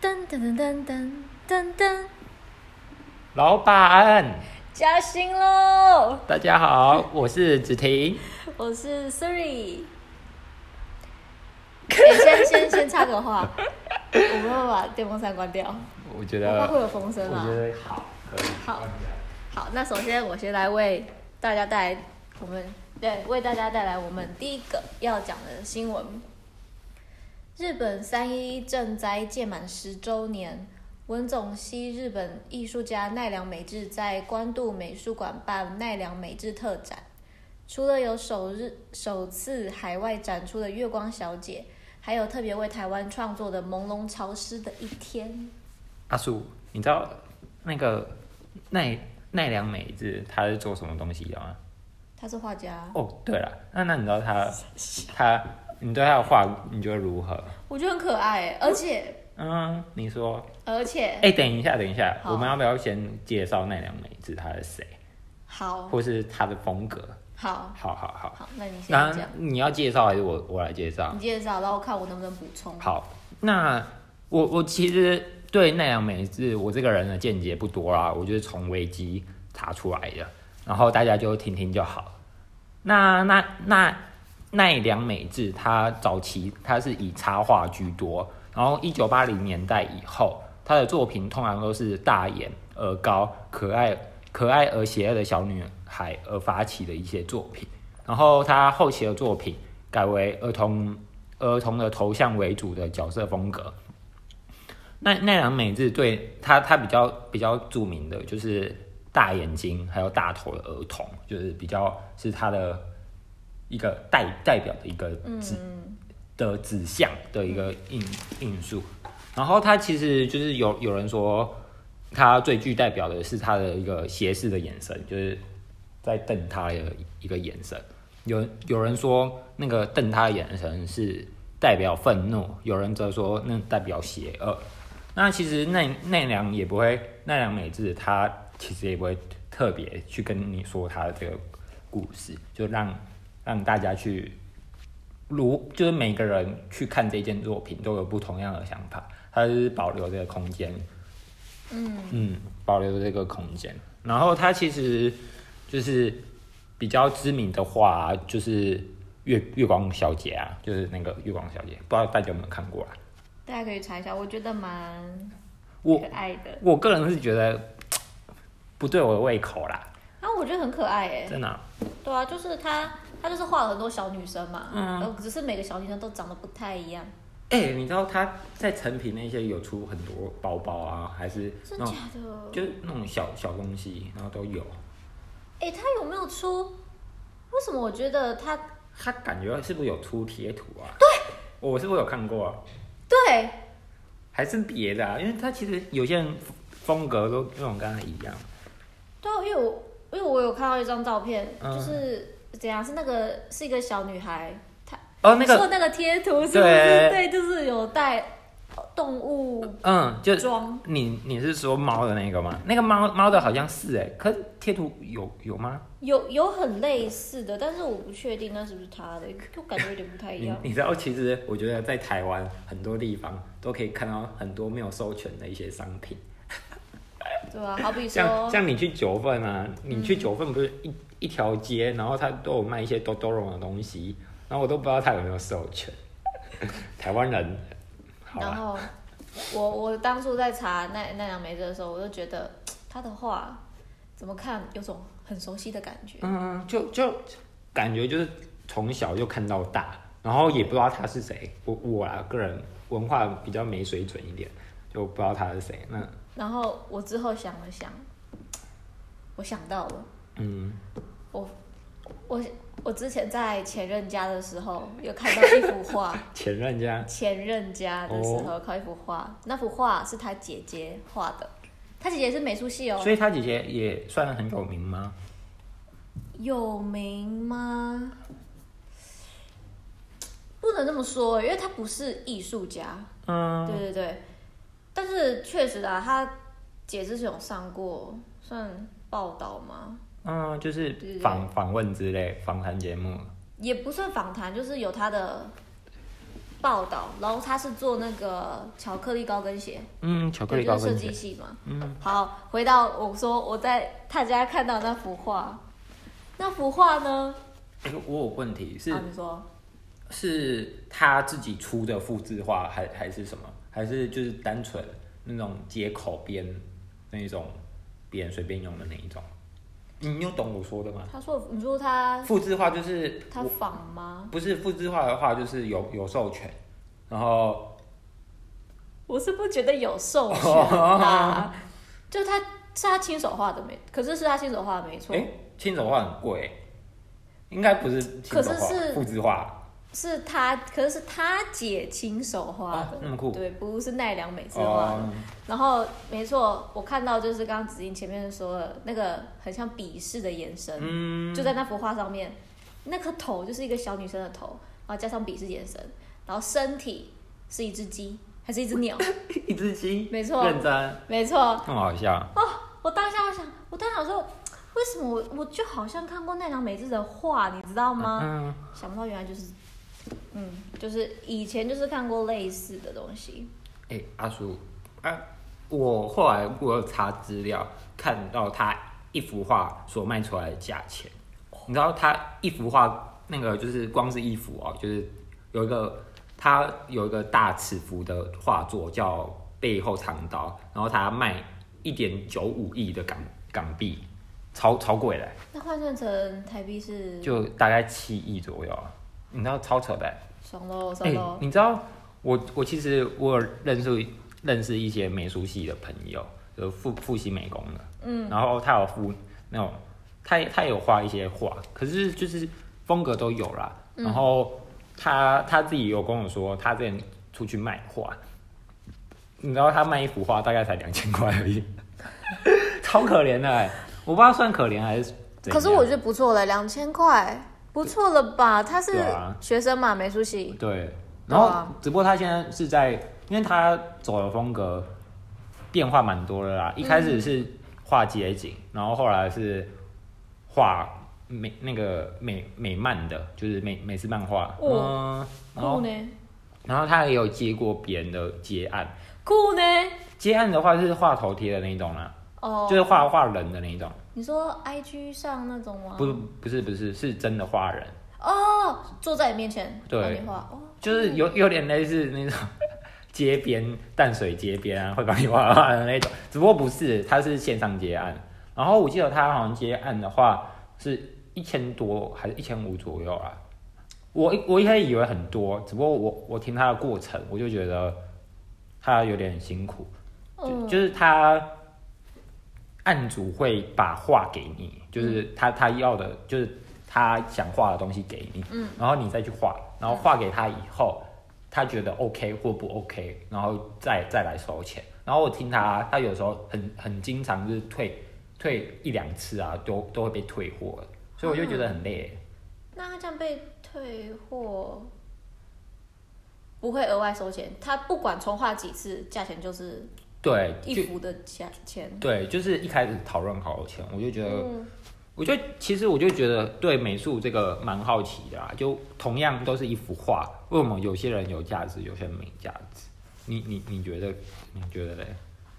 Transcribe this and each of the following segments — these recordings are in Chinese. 噔噔噔噔噔，老板，加薪喽！大 家好，我是子婷。我是 Siri。欸先先先插个话，我们会把电风扇关掉，我觉它得，会有风声呃我啊觉。得好，可以。好好，那首先我先来为大家带来我们对为大家带来我们第一个要讲的新闻。日本三一赈灾届满十周年，文总西日本艺术家奈良美智在关渡美术馆办奈良美智特展。除了有首日首次海外展出的《月光小姐》，还有特别为台湾创作的《朦胧潮湿的一天》。阿叔，你知道那个奈奈良美智他是做什么东西的吗？他是画家，哦，对了，那那你知 道他他你对他的画你觉得如何？我觉得很可爱欸，而且嗯，你说。而且哎、等一下，等一下，好我们要不要先介绍奈良美智他是谁，好或是他的风格？好好好好，好，那你先那啊讲，你要介绍还是我我来介绍？你介绍，然后看我能不能补充。好，那我我其实对奈良美智我这个人的见解不多啦，我就是从维基查出来的，然后大家就听听就好。那那那奈良美智，她早期她是以插画居多，然后一九八零年代以后，她的作品通常都是大眼、额高、可爱、可爱而邪恶的小女孩而发起的一些作品。然后她后期的作品改为儿童儿童的头像为主的角色风格。奈奈良美智对她她比较比较著名的就是大眼睛还有大头的儿童，就是比较是她的一个代代表的一个指、的指向的一个印印数。然后她其实就是有有人说，她最具代表的是她的一个斜视的眼神，就是在瞪她的一个眼神。有有人说那个瞪他的眼神是代表愤怒，有人则说那代表邪恶。那其实奈奈良也不会，奈良美智他其实也不会特别去跟你说他的这个故事，就让让大家去如就是每个人去看这件作品都有不同样的想法，他就是保留这个空间，嗯嗯，保留这个空间。然后他其实就是比较知名的话，就是月月光小姐啊，就是那个月光小姐，不知道大家有没有看过啊？大家可以查一下，我觉得蛮我可爱的，我个人是觉得不对我的胃口啦，然啊后我觉得很可爱哎，真的啊、对啊，就是他他就是画了很多小女生嘛，嗯，只是每个小女生都长得不太一样，哎、你知道他在成品那些有出很多包包啊，还是真那假种的？就是那种小小东西，然后都有。哎，他有没有出？为什么我觉得他他感觉是不是有出贴图啊？对，我是不是有看过啊？对还是别的啊？因为他其实有些人风格都跟我刚才一样。对啊，因为我因为我有看到一张照片，嗯就是怎样是那个是一个小女孩，她哦，那你说个，那个贴图是不是？对对，就是有带动物嗯，就装，你你是说猫的那个吗？那个猫猫的好像是哎、可是贴图有有吗？有有很类似的，但是我不确定那是不是他的，就感觉有点不太一你样。你知道，其实我觉得在台湾很多地方都可以看到很多没有授权的一些商品，嗯对啊，好比像说，像你去九份啊，你去九份不是一、一条街，然后它都有卖一些多多绒的东西，然后我都不知道它有没有授权。 台湾人，好啊然吧，后我我当初在查奈奈良美智的时候，我就觉得他的画怎么看有种很熟悉的感觉。嗯，就就感觉就是从小就看到大，然后也不知道他是谁。我我啊个人文化比较没水准一点，就不知道他是谁。那然后我之后想了想，我想到了，嗯，我我我之前在前任家的时候有看到一幅画。前任家前任家的时哦候靠一幅画，那幅画是他姐姐画的，他姐姐是美术系哦所，以他姐姐也算很有名吗？有名吗？不能这么说，因为他不是艺术家，嗯，对对对，但是确实啊，他姐之前有上过算报道吗？嗯，就是对对访访问之类访谈节目。也不算访谈，就是有他的报道，然后他是做那个巧克力高跟鞋，嗯，巧克对，力就高是设跟计鞋，系嘛。嗯，好，回到我说我在他家看到那幅画，那幅画呢？哎我有问题是啊，你说是他自己出的复制画，还还是什么？还是就是单纯那种接口边那一种别人随便用的那一种？你你有懂我说的吗？他说你说他复制画就是他仿吗？不是复制画的话，就是有有授权，然后我是不觉得有授权 啦，就他是他亲手画的没，可是是他亲手画的没错，哎，亲手画很贵，应该不是亲可手是画是复制画是他，可是是他姐亲手画啊的，，那么酷对，不是奈良美智画的。哦，然后没错，我看到就是刚刚子英前面说的那个很像鄙视的眼神，嗯，就在那幅画上面，那颗头就是一个小女生的头，然后加上鄙视眼神，然后身体是一只鸡还是一只鸟？ 一只鸡，没错啊认真，没错，那么好笑，我当下我想，我当下想说，为什么我我就好像看过奈良美智的画，你知道吗？嗯，想不到原来就是，嗯，就是以前就是看过类似的东西，哎、阿叔，啊，我后来我有查资料，看到他一幅画所卖出来的价钱，你知道他一幅画那个就是光是一幅哦，就是有一个他有一个大尺幅的画作叫《背后藏刀》，然后他卖一点九五亿的港港币，超超贵嘞，那换算成台币是就大概七亿左右啊，你知道超扯的欸。爽喽爽哎、喽，你知道我我其实我有认识认识一些美术系的朋友，就是复复习美工的，嗯，然后他有复那种，他也他也有画一些画，可是就是风格都有啦。嗯然后他他自己有跟我说，他之前出去卖画，你知道他卖一幅画大概才两千块而已， 超可怜的、欸，我不知道算可怜还是怎样。可是我觉得不错了，两千块不错了吧？他是对啊学生嘛，美术系，对，对然后啊只不过他现在是在，因为他走的风格变化蛮多的啦。一开始是画街景，然后后来是画美那个美美漫的，就是美美式漫画。哦嗯，然后酷呢，然后他也有接过别人的接案，酷呢，接案的话是画头贴的那一种啦，哦，就是画画人的那一种，你说 IG 上那种吗？不是不是不是是真的画人，哦，坐在你面前对帮你画，哦，就是有有点类似那种街边淡水街边啊，会帮你画画的那种，只不过不是，它是线上接案。然后我记得他好像接案的话是一千多还是一千五左右啊。我一我一开始以为很多，只不过我我听他的过程，我就觉得 他有点辛苦，就嗯，就是他案主会把画给你，就是他他要的，就是他想画的东西给你，嗯，然后你再去画，然后画给他以后，他觉得 OK 或不 OK，然后再再来收钱。然后我听他，他有时候很很经常就是退退一两次啊，都都会被退货，所以我就觉得很累。那他这样被退货。不会额外收钱，他不管重画几次，价钱就是对，一就幅的价钱。对，就是一开始讨论好钱，我就觉得。嗯，我就其实我就觉得对美术这个蛮好奇的啦，啊就同样都是一幅画，为什么有些人有价值，有些人没价值？你你你觉得你觉得嘞？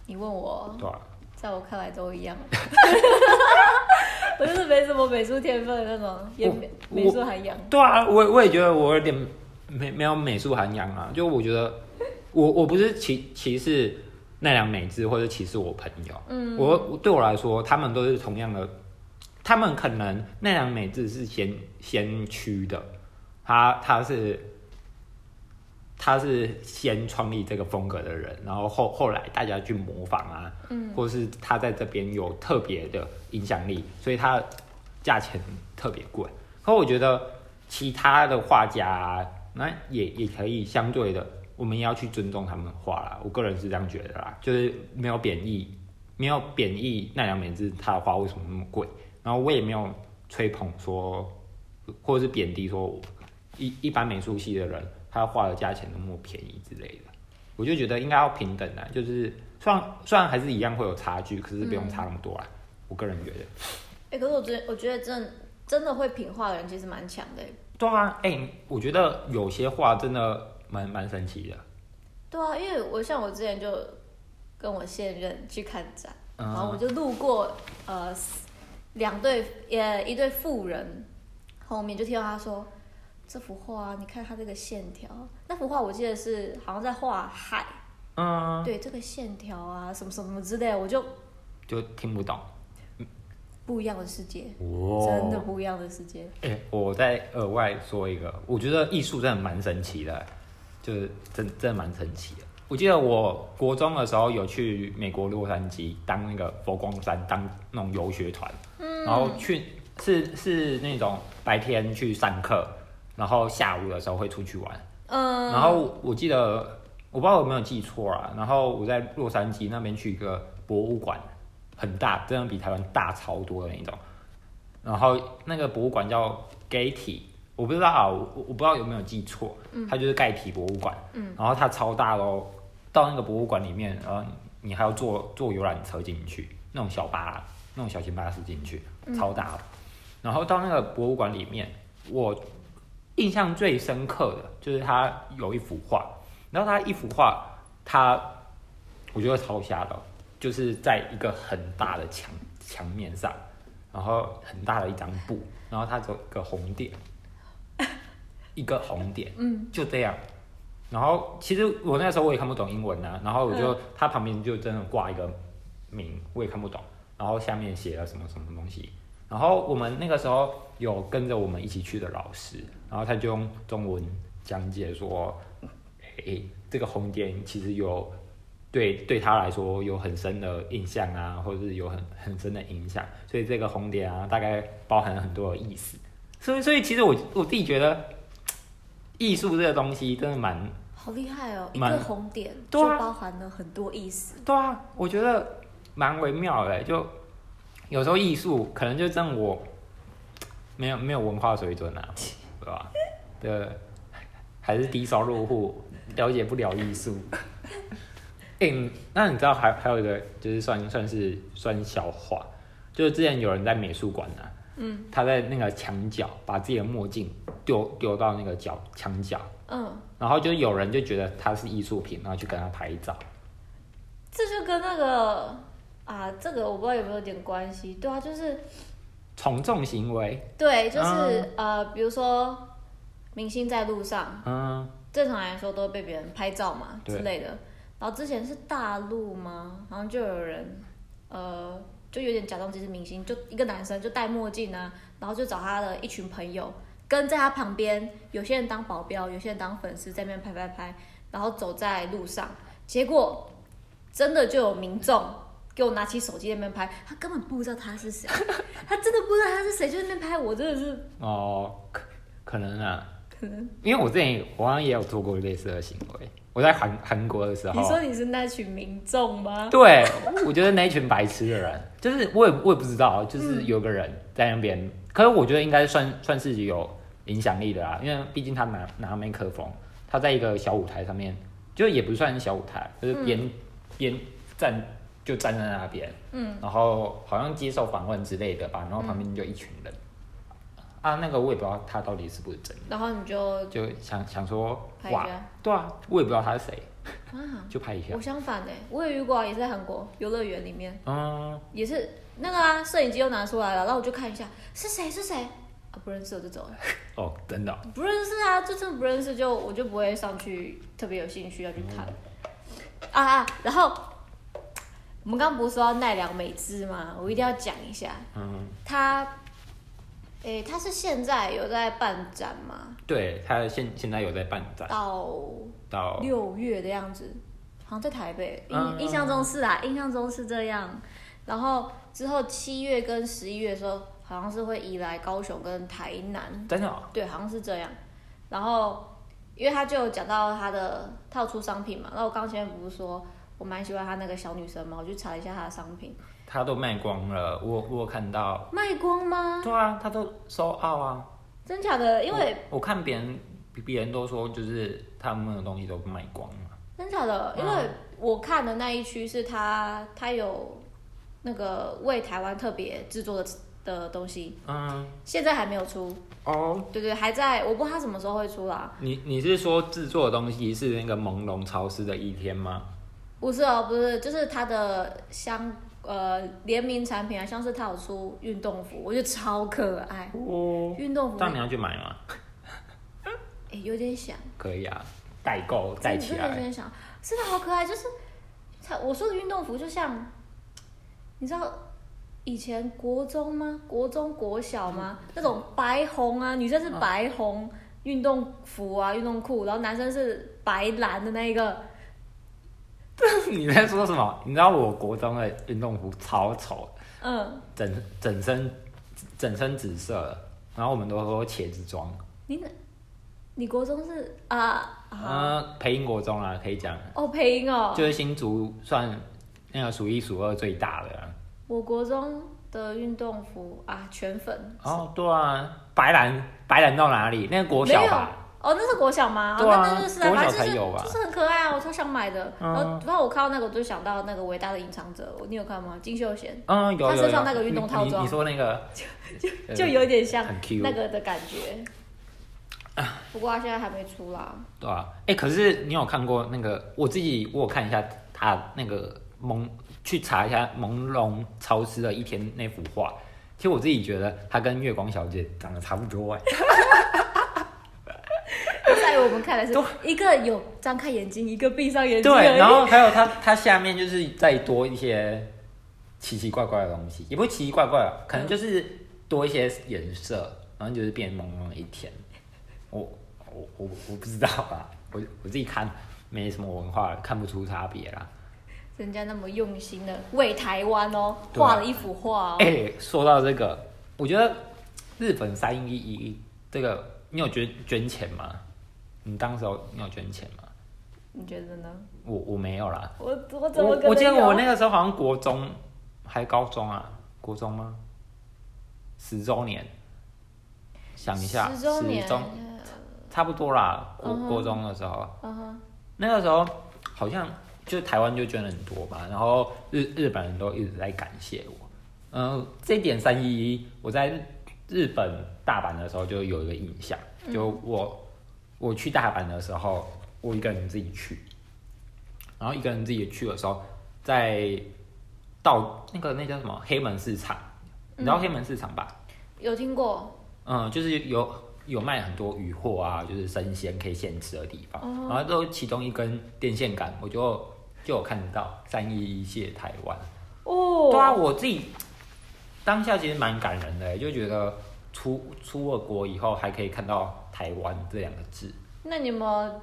你问我，对啊吧、在我看来都一 样。 我就是没什么美术天分的那种，也没我美术涵养。对啊，我我也觉得我有点没没有美术涵养啊，就我觉得我我不是歧歧视奈良美智或者歧视我朋友，嗯，我我对我来说他们都是同样的，他们可能奈良美智是先先驱的，他他是。他是先创立这个风格的人，然后后后来大家去模仿啊，嗯，或是他在这边有特别的影响力，所以他价钱特别贵。可我觉得其他的画家、啊，那也也可以相对的，我们也要去尊重他们的画啦。我个人是这样觉得啦，就是没有贬义，没有贬义奈良美智他的画为什么那么贵，然后我也没有吹捧说，或者是贬低说一一般美术系的人他画的价钱那么便宜之类的。我就觉得应该要平等啊，就是虽然虽然还是一样会有差距，可是不用差那么多啦。我个人觉得，哎、可是我觉得，我觉得真真的会品画的人其实蛮强的欸。对啊，哎、我觉得有些画真的蛮蛮神奇的。对啊，因为我像我之前就跟我现任去看展，嗯然后我就路过呃两对呃一对妇人后面，就听到他说这幅画、啊，你看它这个线条，那幅画我记得是好像在画海，嗯，对这个线条啊什么什么之类的，我就就听不懂。不一样的世界，哦真的不一样的世界。哎、我在额外说一个，我觉得艺术真的蛮神奇的，就是真真的蛮神奇的。我记得我国中的时候有去美国洛杉矶当那个佛光山当那种游学团，嗯然后去是是那种白天去上课，然后下午的时候会出去玩。嗯，然后我记得我不知道有没有记错啊，然后我在洛杉矶那边去一个博物馆，很大，真的比台湾大超多的那种。然后那个博物馆叫 Getty，我不知道啊，我我不知道有没有记错，它就是盖体博物馆。嗯，然后它超大咯，到那个博物馆里面，然后你还要坐坐游览车进去，那种小巴那种小型巴士进去，超大的。然后到那个博物馆里面，我印象最深刻的就是他有一幅画，然后他一幅画，他我觉得超瞎的哦，就是在一个很大的墙墙面上，然后很大的一张布，然后它只有一个红点，一个红点，嗯，就这样。然后其实我那时候我也看不懂英文啊，然后我就、它旁边就真的挂一个名，我也看不懂，然后下面写了什么什么东西，然后我们那个时候有跟着我们一起去的老师，然后他就用中文讲解说，诶、这个红点其实有对对他来说有很深的印象啊，或者是有很很深的影响，所以这个红点啊，大概包含了很多的意思。所以，所以其实我我自己觉得，艺术这个东西真的蛮好厉害哦，一蛮个红点对就啊包含了很多意思。对啊，我觉得蛮微妙的，欸就有时候艺术可能就真我没有没有文化水准啊，对吧？对，还是低收入户，了解不了艺术。哎、嗯那你知道还还有一个就是算算是算笑话，就是之前有人在美术馆啊，嗯，他在那个墙角把自己的墨镜丢丢到那个角墙角，嗯，然后就有人就觉得他是艺术品，然后去跟他拍照。这就跟那个啊，这个我不知道有没有点关系。对啊，就是从众行为，对，就是、嗯呃，比如说明星在路上，嗯，正常来说都会被别人拍照嘛对之类的。然后之前是大陆吗？好像就有人呃，就有点假装自己是明星，就一个男生就戴墨镜啊，然后就找他的一群朋友跟在他旁边，有些人当保镖，有些人当粉丝，在那边拍拍拍，然后走在路上，结果真的就有民众。给我拿起手机在那边拍，他根本不知道他是谁，他真的不知道他是谁，就在那边拍，我真的是哦，可可能啊，可能。因为我之前我好像也有做过类似的行为，我在韩韩国的时你说候，啊你是那群民众吗？ 对，我觉得那一群白痴的人，就是我也我也不知道，就是嗯有个人在那边，可是我觉得应该算算是有影响力的啦，因为毕竟他拿拿麦克风，他在一个小舞台上面，就也不算小舞台，就是边嗯边、站就站在那边，嗯，然后好像接受访问之类的吧，然后嗯旁边就一群人。啊，那个我也不知道他到底是不是真的。然后你就就想想说，拍一哇下，对啊，我也不知道他是谁，啊， 就拍一下我。相反呢、我也遇过、啊，也是在韩国游乐园里面，嗯，也是那个啊，摄影机又拿出来了，然后我就看一下是谁是谁啊，不认识我就走了，哦，真的哦、不认识啊，就真的不认识就我就不会上去特别有兴趣要去看，啊啊，然后我们刚刚不是说到奈良美智吗？我一定要讲一下，嗯，他，诶、他是现在有在办展吗？对他现现在有在办展，到到六月的样子，好像在台北，哦嗯印印象中是啊，印象中是这样。然后之后七月跟十一月的时候，好像是会移来高雄跟台南，真的哦、对，好像是这样。然后因为他就有讲到他的他有出商品嘛，那我刚前面不是说我蛮喜欢他那个小女生嘛，我去查一下她的商品，他都卖光了，我我有看到，卖光吗？对啊，他都收澳啊，真假的？因为我我看别人别人都说就是他们的东西都卖光了，真假的？因为我看的那一区是他，他有那个为台湾特别制作的的东西，嗯，现在还没有出。哦，对对，还在，我不知道它什么时候会出啦。你你是说制作的东西是那个朦胧潮湿的一天吗？不是哦，不是，就是它的相呃联名产品啊，像是它有出运动服，我觉得超可爱。哦，运动服但你要去买吗？诶有点想，可以啊，代购带起啊真的有来。点想，真的好可爱。就是它我说的运动服，就像你知道以前国中吗？国中国小吗？那种白红啊，女生是白红运动服啊，运动裤，然后男生是白蓝的那一个。 你在说什么？你知道我国中的运动服超丑，嗯，整整身整身紫色的，然后我们都说茄子装。你哪？你国中是啊啊嗯，培英国中啊，可以讲，哦配音哦，就是新竹算那个数一数二最大的、啊。我国中的运动服啊，全粉。哦，对啊，白兰白兰到哪里？那个国小没有吧，哦，那是国小吗？对啊哦、那那就是来国小反正就是才有吧就是很可爱啊，我超想买的。嗯然后，然后我看到那个，我就想到那个伟大的隐藏者，你有看吗？金秀贤嗯，有他有身有。上那个运动套你装你你说那个 就有点像很呃 Q 啊那个的感觉。 不过他现在还没出啦。对啊，哎、可是你有看过那个？我自己我有看一下他那个朦，去查一下朦胧潮湿的一天那幅画。其实我自己觉得他跟月光小姐长得差不多哎、在我们看来是一个有张开眼睛，一个闭上眼睛而已。对，然后还有它它下面就是再多一些奇奇怪怪的东西，也不是奇奇怪怪啊，可能就是多一些颜色，然后就是变朦胧一天。我我我我不知道啊，我我自己看没什么文化，看不出差别啦。人家那么用心的为台湾哦，对啊画了一幅画哦。哎、说到这个，我觉得日本三一一这个，你有捐捐钱吗？你当时候你有捐钱吗？你觉得呢？我我没有啦，我我怎么我可能我记得有啊我那个时候好像国中还高中啊，国中吗？十周年，想一下，十周年，中差不多啦。国、嗯哼国中的时候，嗯哼，那个时候好像就台湾就捐了很多吧，然后日日本人都一直在感谢我。嗯、这一点三一一，我在日本大阪的时候就有一个印象，嗯就我我去大阪的时候，我一个人自己去，然后一个人自己去的时候，在到那个那叫什么黑门市场，你嗯知道黑门市场吧？有听过，嗯，就是有有卖很多鱼货啊，就是生鲜可以现吃的地方，哦然后都其中一根电线杆，我就就有看到三一一谢台湾。哦对啊，我自己当下其实蛮感人的，欸就觉得出出了国以后还可以看到台湾这两个字。那你有没有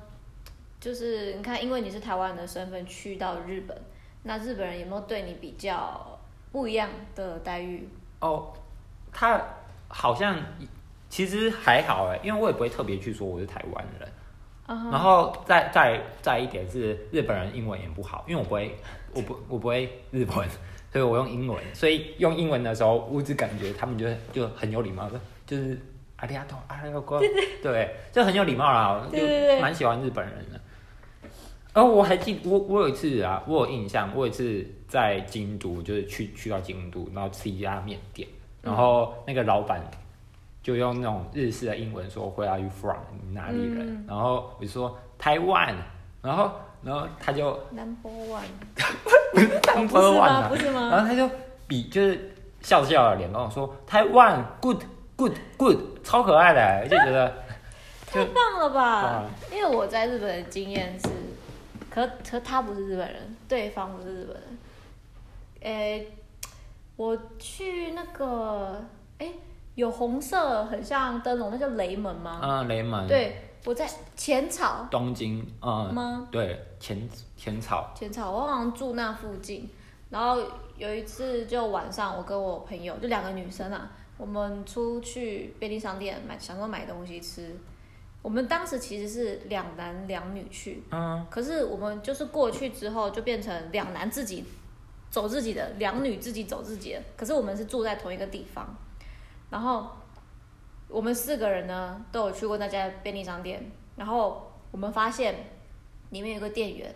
就是你看，因为你是台湾人的身份去到日本，那日本人有没有对你比较不一样的待遇？哦，他好像其实还好哎，因为我也不会特别去说我是台湾人。啊哈然后再再再一点是日本人英文也不好，因为我不会，我不我不会日文，所以我用英文，所以用英文的时候，我只感觉他们就就很有礼貌，就是阿里阿多阿里阿多，对，就很有礼貌啦，就对对对蛮喜欢日本人的。然后我还记我我有一次啊，我有印象，我有一次在京都，就是去去到京都，然后吃一家面店，然后那个老板就用那种日式的英文说 “Where are you from？” 你哪里人？嗯然后我就说台湾，然后然后他就啊，Number One，当不是完吗？了不，是然吗？后他就比就是笑笑的脸跟我说台湾 good good good，超可爱的，就觉得太棒了吧啊！因为我在日本的经验是，可可他不是日本人，对方不是日本人。诶、我去那个诶、有红色很像灯笼，那叫雷门吗？嗯雷门对，我在浅草东京嗯吗？对浅浅草浅草，我好像住那附近。然后有一次就晚上，我跟我朋友就两个女生啊，我们出去便利商店买，想说买东西吃。我们当时其实是两男两女去，嗯可是我们就是过去之后就变成两男自己走自己的，两女自己走自己的。可是我们是住在同一个地方，然后我们四个人呢都有去过那家便利商店，然后我们发现里面有个店员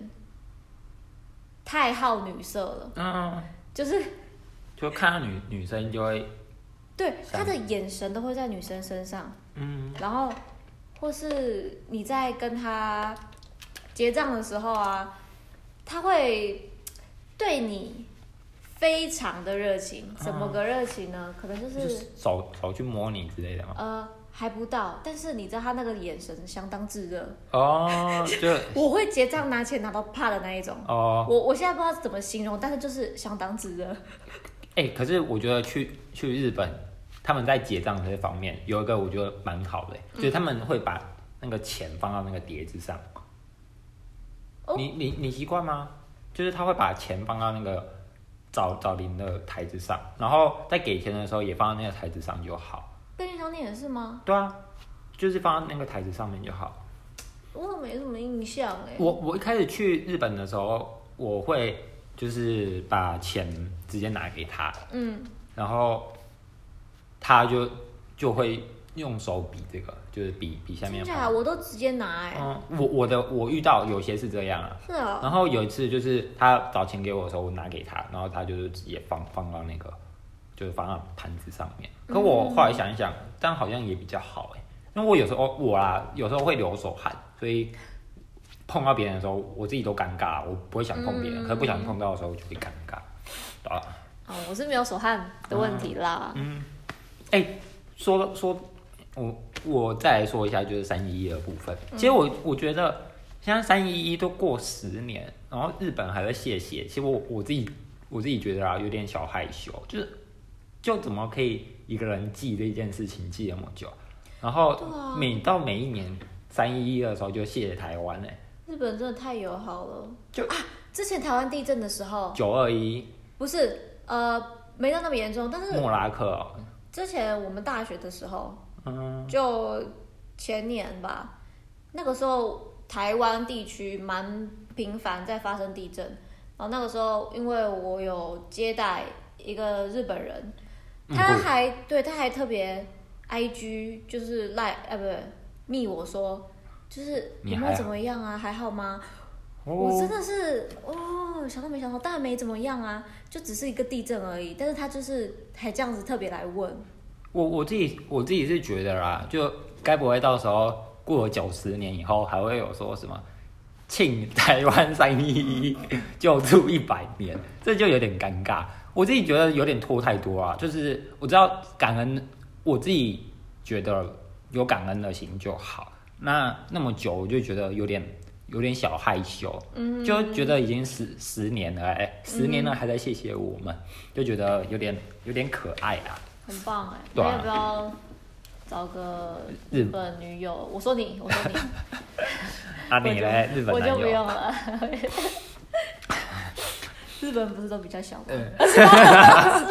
太好女色了，嗯，就是就看到女女生就会对，他像的眼神都会在女生身上，嗯，然后或是你在跟他结账的时候啊，他会对你非常的热情，怎么个热情呢？可能就是、啊就是啊手手去摸你之类的嘛。呃还不到，但是你知道他那个眼神相当炙热，哦，就我会结账拿钱拿到怕的那一种。哦，我我现在不知道怎么形容，但是就是相当炙热。哎、可是我觉得去去日本，他们在结账这方面有一个我觉得蛮好的、就是他们会把那个钱放到那个碟子上。哦你你你习惯吗？就是他会把钱放到那个找找零的台子上，然后在给钱的时候也放到那个台子上就好。便利商店也是吗？对啊，就是放到那个台子上面就好。我怎么没什么印象哎、我我一开始去日本的时候，我会就是把钱直接拿给他，嗯，然后他就就会用手比这个，就是比比下真面的假的方。啊我都直接拿哎、嗯，我我的我遇到有些是这样啊，是哦、然后有一次就是他找钱给我的时候，我拿给他，然后他就是直接放放到那个就是放到盘子上面。嗯可我后来想一想，这样好像也比较好哎、因为我有时候我啦，有时候会流手汗，所以碰到别人的时候，我自己都尴尬，我不会想碰别人，嗯可是不想碰到的时候就会尴尬。啊，哦，我是没有手汗的问题啦。哎、说说，我我再来说一下就是三一一的部分。其实嗯我我觉得，现在三一一都过十年，然后日本还在谢谢，其实我我自己我自己觉得啊，有点小害羞，就是就怎么可以一个人记这件事情记那么久，然后对啊每到每一年三一一的时候就谢谢台湾哎、日本真的太友好了。就啊，之前台湾地震的时候，九二一不是呃没到那么严重，但是莫拉克、哦，之前我们大学的时候，嗯，就前年吧，那个时候台湾地区蛮频繁在发生地震，然后那个时候因为我有接待一个日本人，嗯他不还对他还特别 I G 就是赖呃不对密我说。就是你有没还有好怎么样啊？还好吗？我真哦，的是哦，想都没想到，当然没怎么样啊，就只是一个地震而已。但是他就是还这样子特别来问，我我自己我自己是觉得啦，就该不会到时候过了九十年以后，还会有说什么庆台湾三一一救助一百年，这就有点尴尬。我自己觉得有点拖太多啊，就是我知道感恩，我自己觉得有感恩的心就好。那那么久，我就觉得有点有点小害羞，嗯就觉得已经十十年了、哎，十年了还在谢谢我们，就觉得有点有点可爱啊。很棒哎、对啊那要不要找个日本女友？我说你，我说你，啊，你嘞，日我本就男不用友。了。 日本不是都比较小吗？呃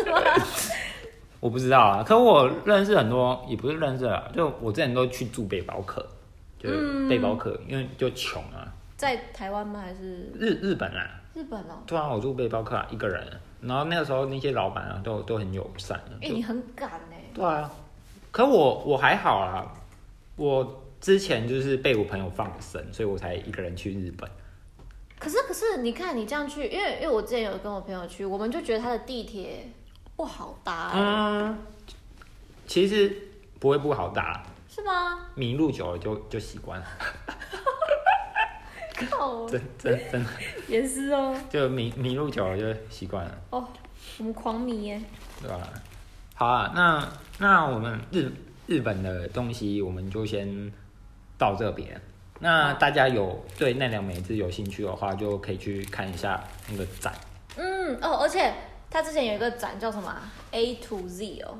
我不知道啊，可我认识很多，也不是认识啊，就我之前都去住背包客，就是背包嗯客，因为就穷啊，在台湾吗？还是日日本啊，日本哦？突然我住背包客啊，一个人，然后那个时候那些老板啊，都都很友善，啊哎、就你很敢哎、对啊，可我我还好啦，我之前就是被我朋友放生，所以我才一个人去日本。可是可是，你看你这样去，因为因为我之前有跟我朋友去，我们就觉得他的地铁不好搭、欸，嗯，其实不会不好打，是吗？迷路久了就就习惯了，靠，真真真的。也是哦，就迷迷路久了就习惯了，哦，我们狂迷耶、对吧？好啊，那那我们日日本的东西我们就先到这边。那大家有对奈良美智有兴趣的话，就可以去看一下那个展。嗯哦，而且他之前有一个展叫什么啊 A to Z 哦，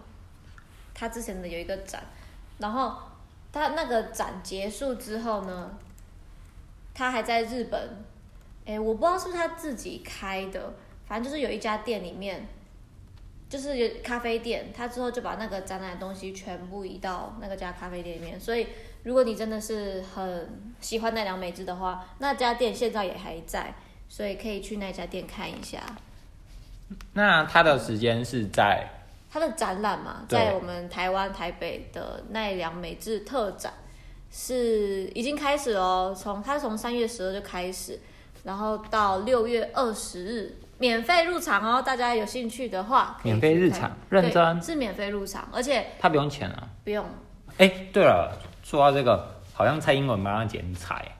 他之前的有一个展，然后他那个展结束之后呢，他还在日本，哎，我不知道是不是他自己开的，反正就是有一家店里面，就是有咖啡店，他之后就把那个展览的东西全部移到那个家咖啡店里面，所以如果你真的是很喜欢奈良美智的话，那家店现在也还在。所以可以去那家店看一下。那它的时间是在它的展览嘛，对在我们台湾台北的奈良美智特展是已经开始哦，从它从三月十二就开始，然后到六月二十日免费入场哦，大家有兴趣的话，可以免费入去看场认真对是免费入场，而且他不用钱啊。不用哎、对了，说到这个，好像蔡英文帮他剪彩，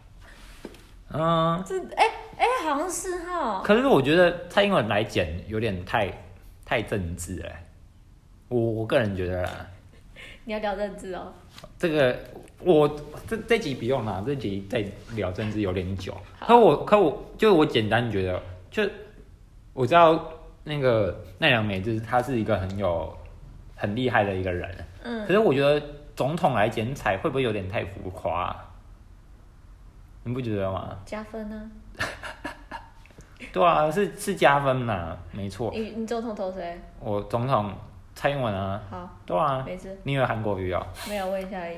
嗯，这哎哎、好像是哈，可是我觉得蔡英文来剪有点太太政治了，我我个人觉得啦，你要聊政治哦，这个我这这集不用啦，这集再聊政治有点久。可我可我就我简单觉得，就我知道那个奈良美智她是一个很有很厉害的一个人，嗯，可是我觉得总统来剪彩会不会有点太浮夸啊、你不觉得吗？加分啊呢、对啊，是是加分啦，没错。你你总统投谁？我总统蔡英文啊，好，对啊，没事，你以为韩国瑜啊、没有问一下而已。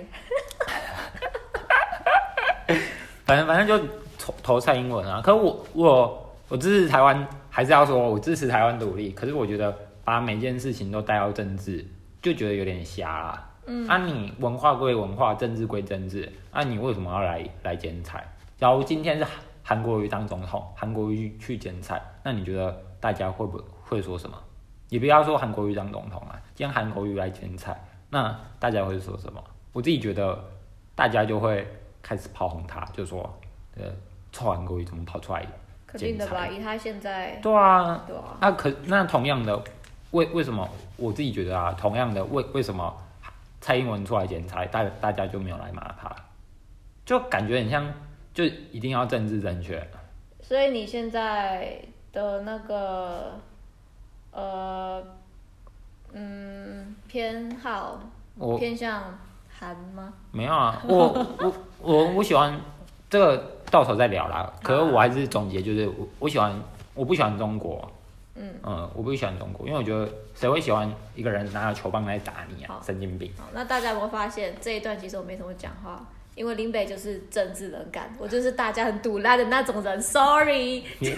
反正反正就投投蔡英文啊。可我我我支持台湾，还是要说我支持台湾独立。可是我觉得把每件事情都带到政治，就觉得有点瞎啦。嗯，啊，你文化归文化，政治归政治，啊，你为什么要来来剪彩？假如今天是韩韩国瑜当总统，韩国瑜去剪彩，那你觉得大家会不会说什么？也不要说韩国瑜当总统啊，今天韩国瑜来剪彩，那大家会说什么？我自己觉得大家就会开始炮轰他，就说，呃，臭韩国瑜怎么跑出来？肯定的剪吧，裁以他现在，对啊，对啊，那可那同样的，为为什么我自己觉得啊，同样的为为什么蔡英文出来剪彩，大大家就没有来骂他，就感觉很像，就一定要政治正确。所以你现在的那个，呃，嗯，偏好我偏向韩吗？没 有啊，我我我我喜欢这个到时候再聊啊啦。可是我还是总结，就是我我喜欢，我不喜欢中国。嗯我不喜欢中国，因为我觉得谁会喜欢一个人拿着球棒来打你啊好？神经病！好，那大家有没有发现这一段其实我没什么讲话，因为林北就是政治冷感，我就是大家很堵烂的那种人，sorry， 你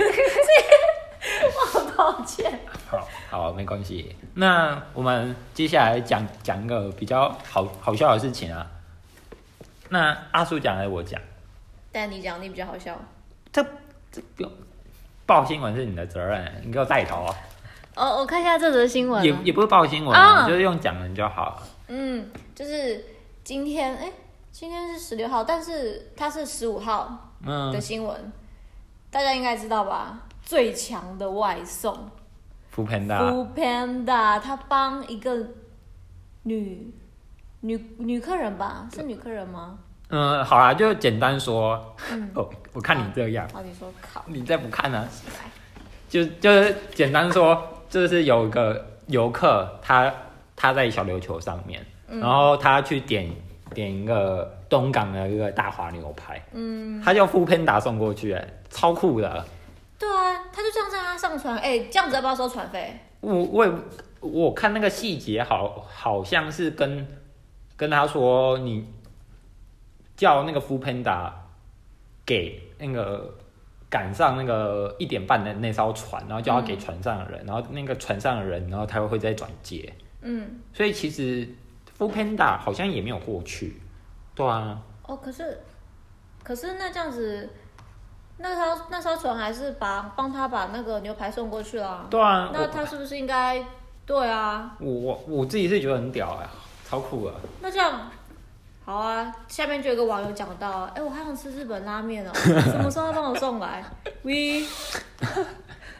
我很抱歉。好，好，没关系。那我们接下来讲讲一个比较好好笑的事情啊。那阿叔讲还是我讲？但你讲你比较好笑这这不用报新闻是你的责任，你给我带头啊、哦，我看一下这则新闻、也啊，也不是报新闻、啊，啊就是用讲人就好。嗯，就是今天，哎、今天是十六号，但是它是十五号嗯的，新闻，大家应该知道吧？最强的外送扶贫的啊、 ，Food Panda，他帮一个女女女客人吧，是女客人吗？嗯，好啦，就简单说。嗯哦， 我看你这样，哦，你说靠，你再不看呢、起来，就就是简单说，就是有一个游客，他他在小琉球上面，然后他去点点一个东港的一个大华牛排，嗯，他叫富喷达送过去、哎，超酷的。对啊，他就这样让他上船，哎、这样子要不要收船费？我我也我看那个细节好好像是跟跟他说你叫那个 f o o Panda 给那个赶上那个一点半的那艘船，然后叫他给船上的人，然后那个船上的人，然后他会再转接。嗯，所以其实 f o o Panda 好像也没有过去。对啊，哦，可是，可是那这样子，那艘那艘船还是把帮他把那个牛排送过去啦。对啊，那他是不是应该？对啊，我我我自己是觉得很屌啊，超酷啊！那这样。好啊，下面就有一个网友讲到，哎、我还想吃日本拉面 哦，什么时候要帮我送来？喂，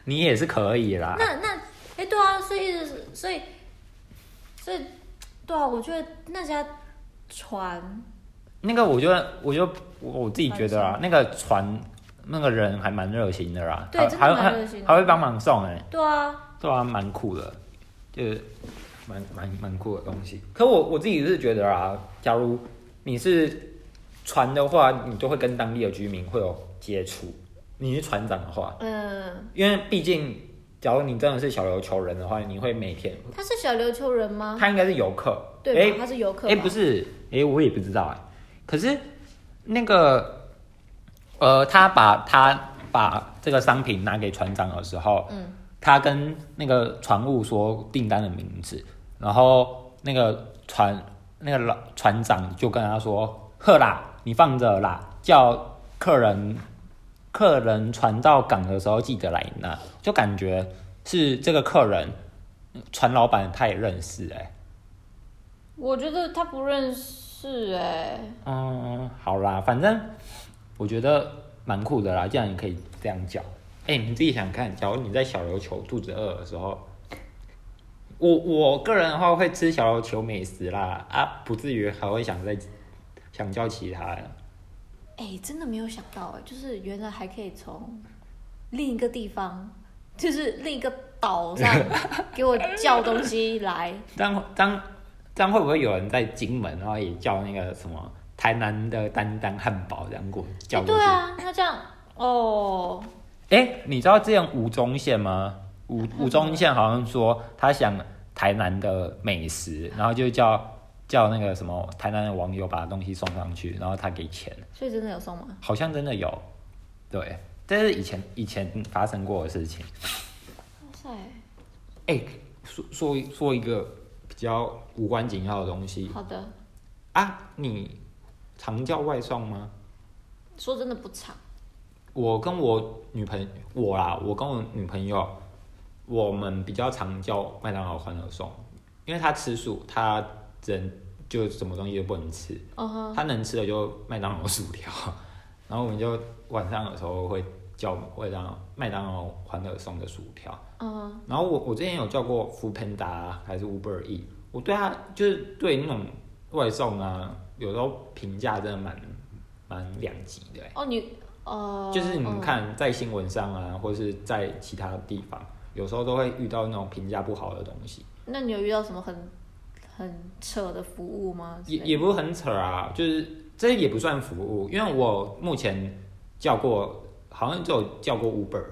你也是可以啦。那那，哎、对啊，所以所以所以，对啊，我觉得那家船那个我觉得，我就我我自己觉得啊，那个船那个人还蛮热心的啦，对还真的还会蛮热心的还会帮忙送哎、欸，对啊，对啊，蛮酷的，就是蛮蛮蛮酷的东西。可我我自己是觉得啊，假如你是船的话，你就会跟当地的居民会有接触。你是船长的话，嗯，因为毕竟，假如你真的是小琉球人的话，你会每天，他是小琉球人吗？他应该是游客，嗯对哎吧？他是游客吧。哎、不是，哎、我也不知道哎、可是那个，呃，他把他把这个商品拿给船长的时候，嗯，他跟那个船务说订单的名字，然后那个船那个老船长就跟他说：“呵啦，你放着啦，叫客人客人船到港的时候记得来拿，就感觉是这个客人船老板他也认识哎、我觉得他不认识哎、嗯，好啦，反正我觉得蛮酷的啦，既然你可以这样叫，哎、你自己想看，假如你在小琉球肚子饿的时候，我我个人的话会吃小琉球美食啦，啊，不至于还会想再想叫其他的。哎、真的没有想到哎、就是原来还可以从另一个地方，就是另一个岛 上给我叫东西来。这样这样这样会不会有人在金门，然后也叫那个什么台南的丹丹汉堡这样过叫哎过对去？啊，那这样哦，哎、你知道之前吴宗宪吗？吴吴宗宪好像说他想台南的美食，然后就叫叫那个什么台南的网友把东西送上去，然后他给钱，所以真的有送吗？好像真的有，对，这是以前以前发生过的事情。哇塞，哎、说说说一个比较无关紧要的东西好的，啊，你常叫外送吗？说真的不长，我跟我女朋我啦，我跟我女朋友，我们比较常叫麦当劳欢乐颂，因为她吃素，她只能就什么东西都不能吃，嗯哼，她能吃的就麦当劳薯条，然后我们就晚上的时候会叫会让麦当劳欢乐颂的薯条，嗯哼，然后我我之前有叫过 Food Panda 还是 Uber E，我对它就是对那种外送啊，有时候评价真的蛮蛮两极的欸、哦你，呃，就是你们嗯，看在新闻上啊，或是在其他地方，有时候都会遇到那种评价不好的东西，那你有遇到什么很很扯的服务吗？也也不是很扯啊，就是这也不算服务，因为我目前叫过，好像只有叫过 Uber，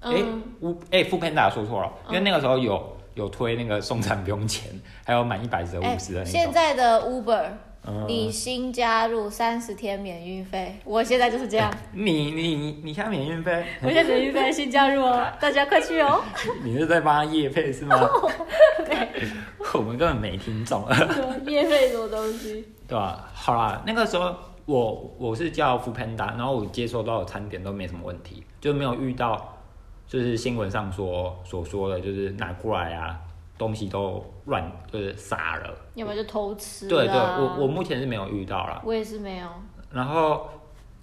哎、嗯， u 哎 f o o Panda 说错了，因为嗯那个时候有有推那个送餐不用钱，还有满一百折五哎十的啊那现种，在的 Uber。嗯你新加入三十天免运费，我现在就是这样，你你你你现在免运费，我现在免运费新加入 哦，大家快去哦。你是在帮他夜配 是吗？我们根本没听懂。免费什么东西？对吧、好啦，那个时候我我是叫 f o o Panda，然后我接收到的餐点都没什么问题，就没有遇到就是新闻上所所说的，就是拿过来啊，东西都乱就是撒了。要么就偷吃、啊。对对，我我目前是没有遇到啦。我也是没有。然后，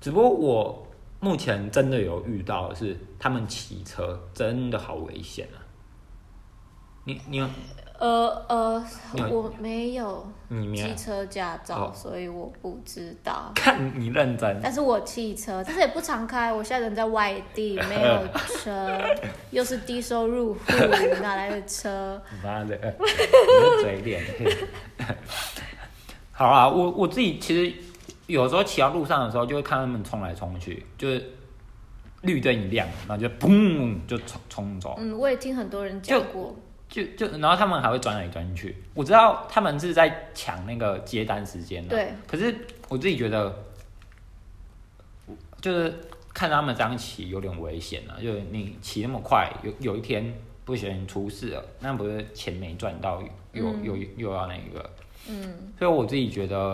只不过我目前真的有遇到的是他们骑车真的好危险啊！你你有呃呃你，有我没有你没有汽车驾照，哦所以我不知道。看你认真，但是我汽车，但是也不常开。我现在人在外地，没有 车，又是低收入户，哪来的车？妈的，你的嘴脸。好啊，我我自己其实有时候骑到路上的时候，就会看他们冲来冲去，就是绿灯一亮，然后就砰就冲冲走，嗯，我也听很多人讲就过。就就然后他们还会转来转去。我知道他们是在抢那个接单时间、啊，对。可是我自己觉得，就是看他们这样骑有点危险啊，就是你骑那么快，有有一天不小心出事了，那不是钱没赚到，又、又又要那个，嗯，所以我自己觉得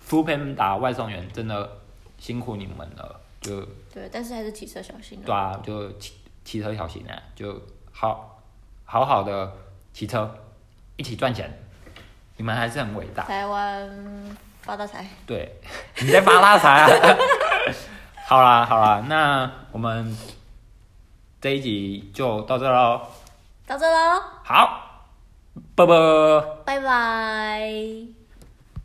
f o o p a n 打外送员真的辛苦你们了，就对，但是还是骑车小心啊。对啊，就骑骑车小心啊，就好好好的骑车，一起赚钱，你们还是很伟大。台湾发大财。对， 你在发大财啊！ 好啦好啦，那我们这一集就到这喽。到这喽，好，啵啵。拜拜。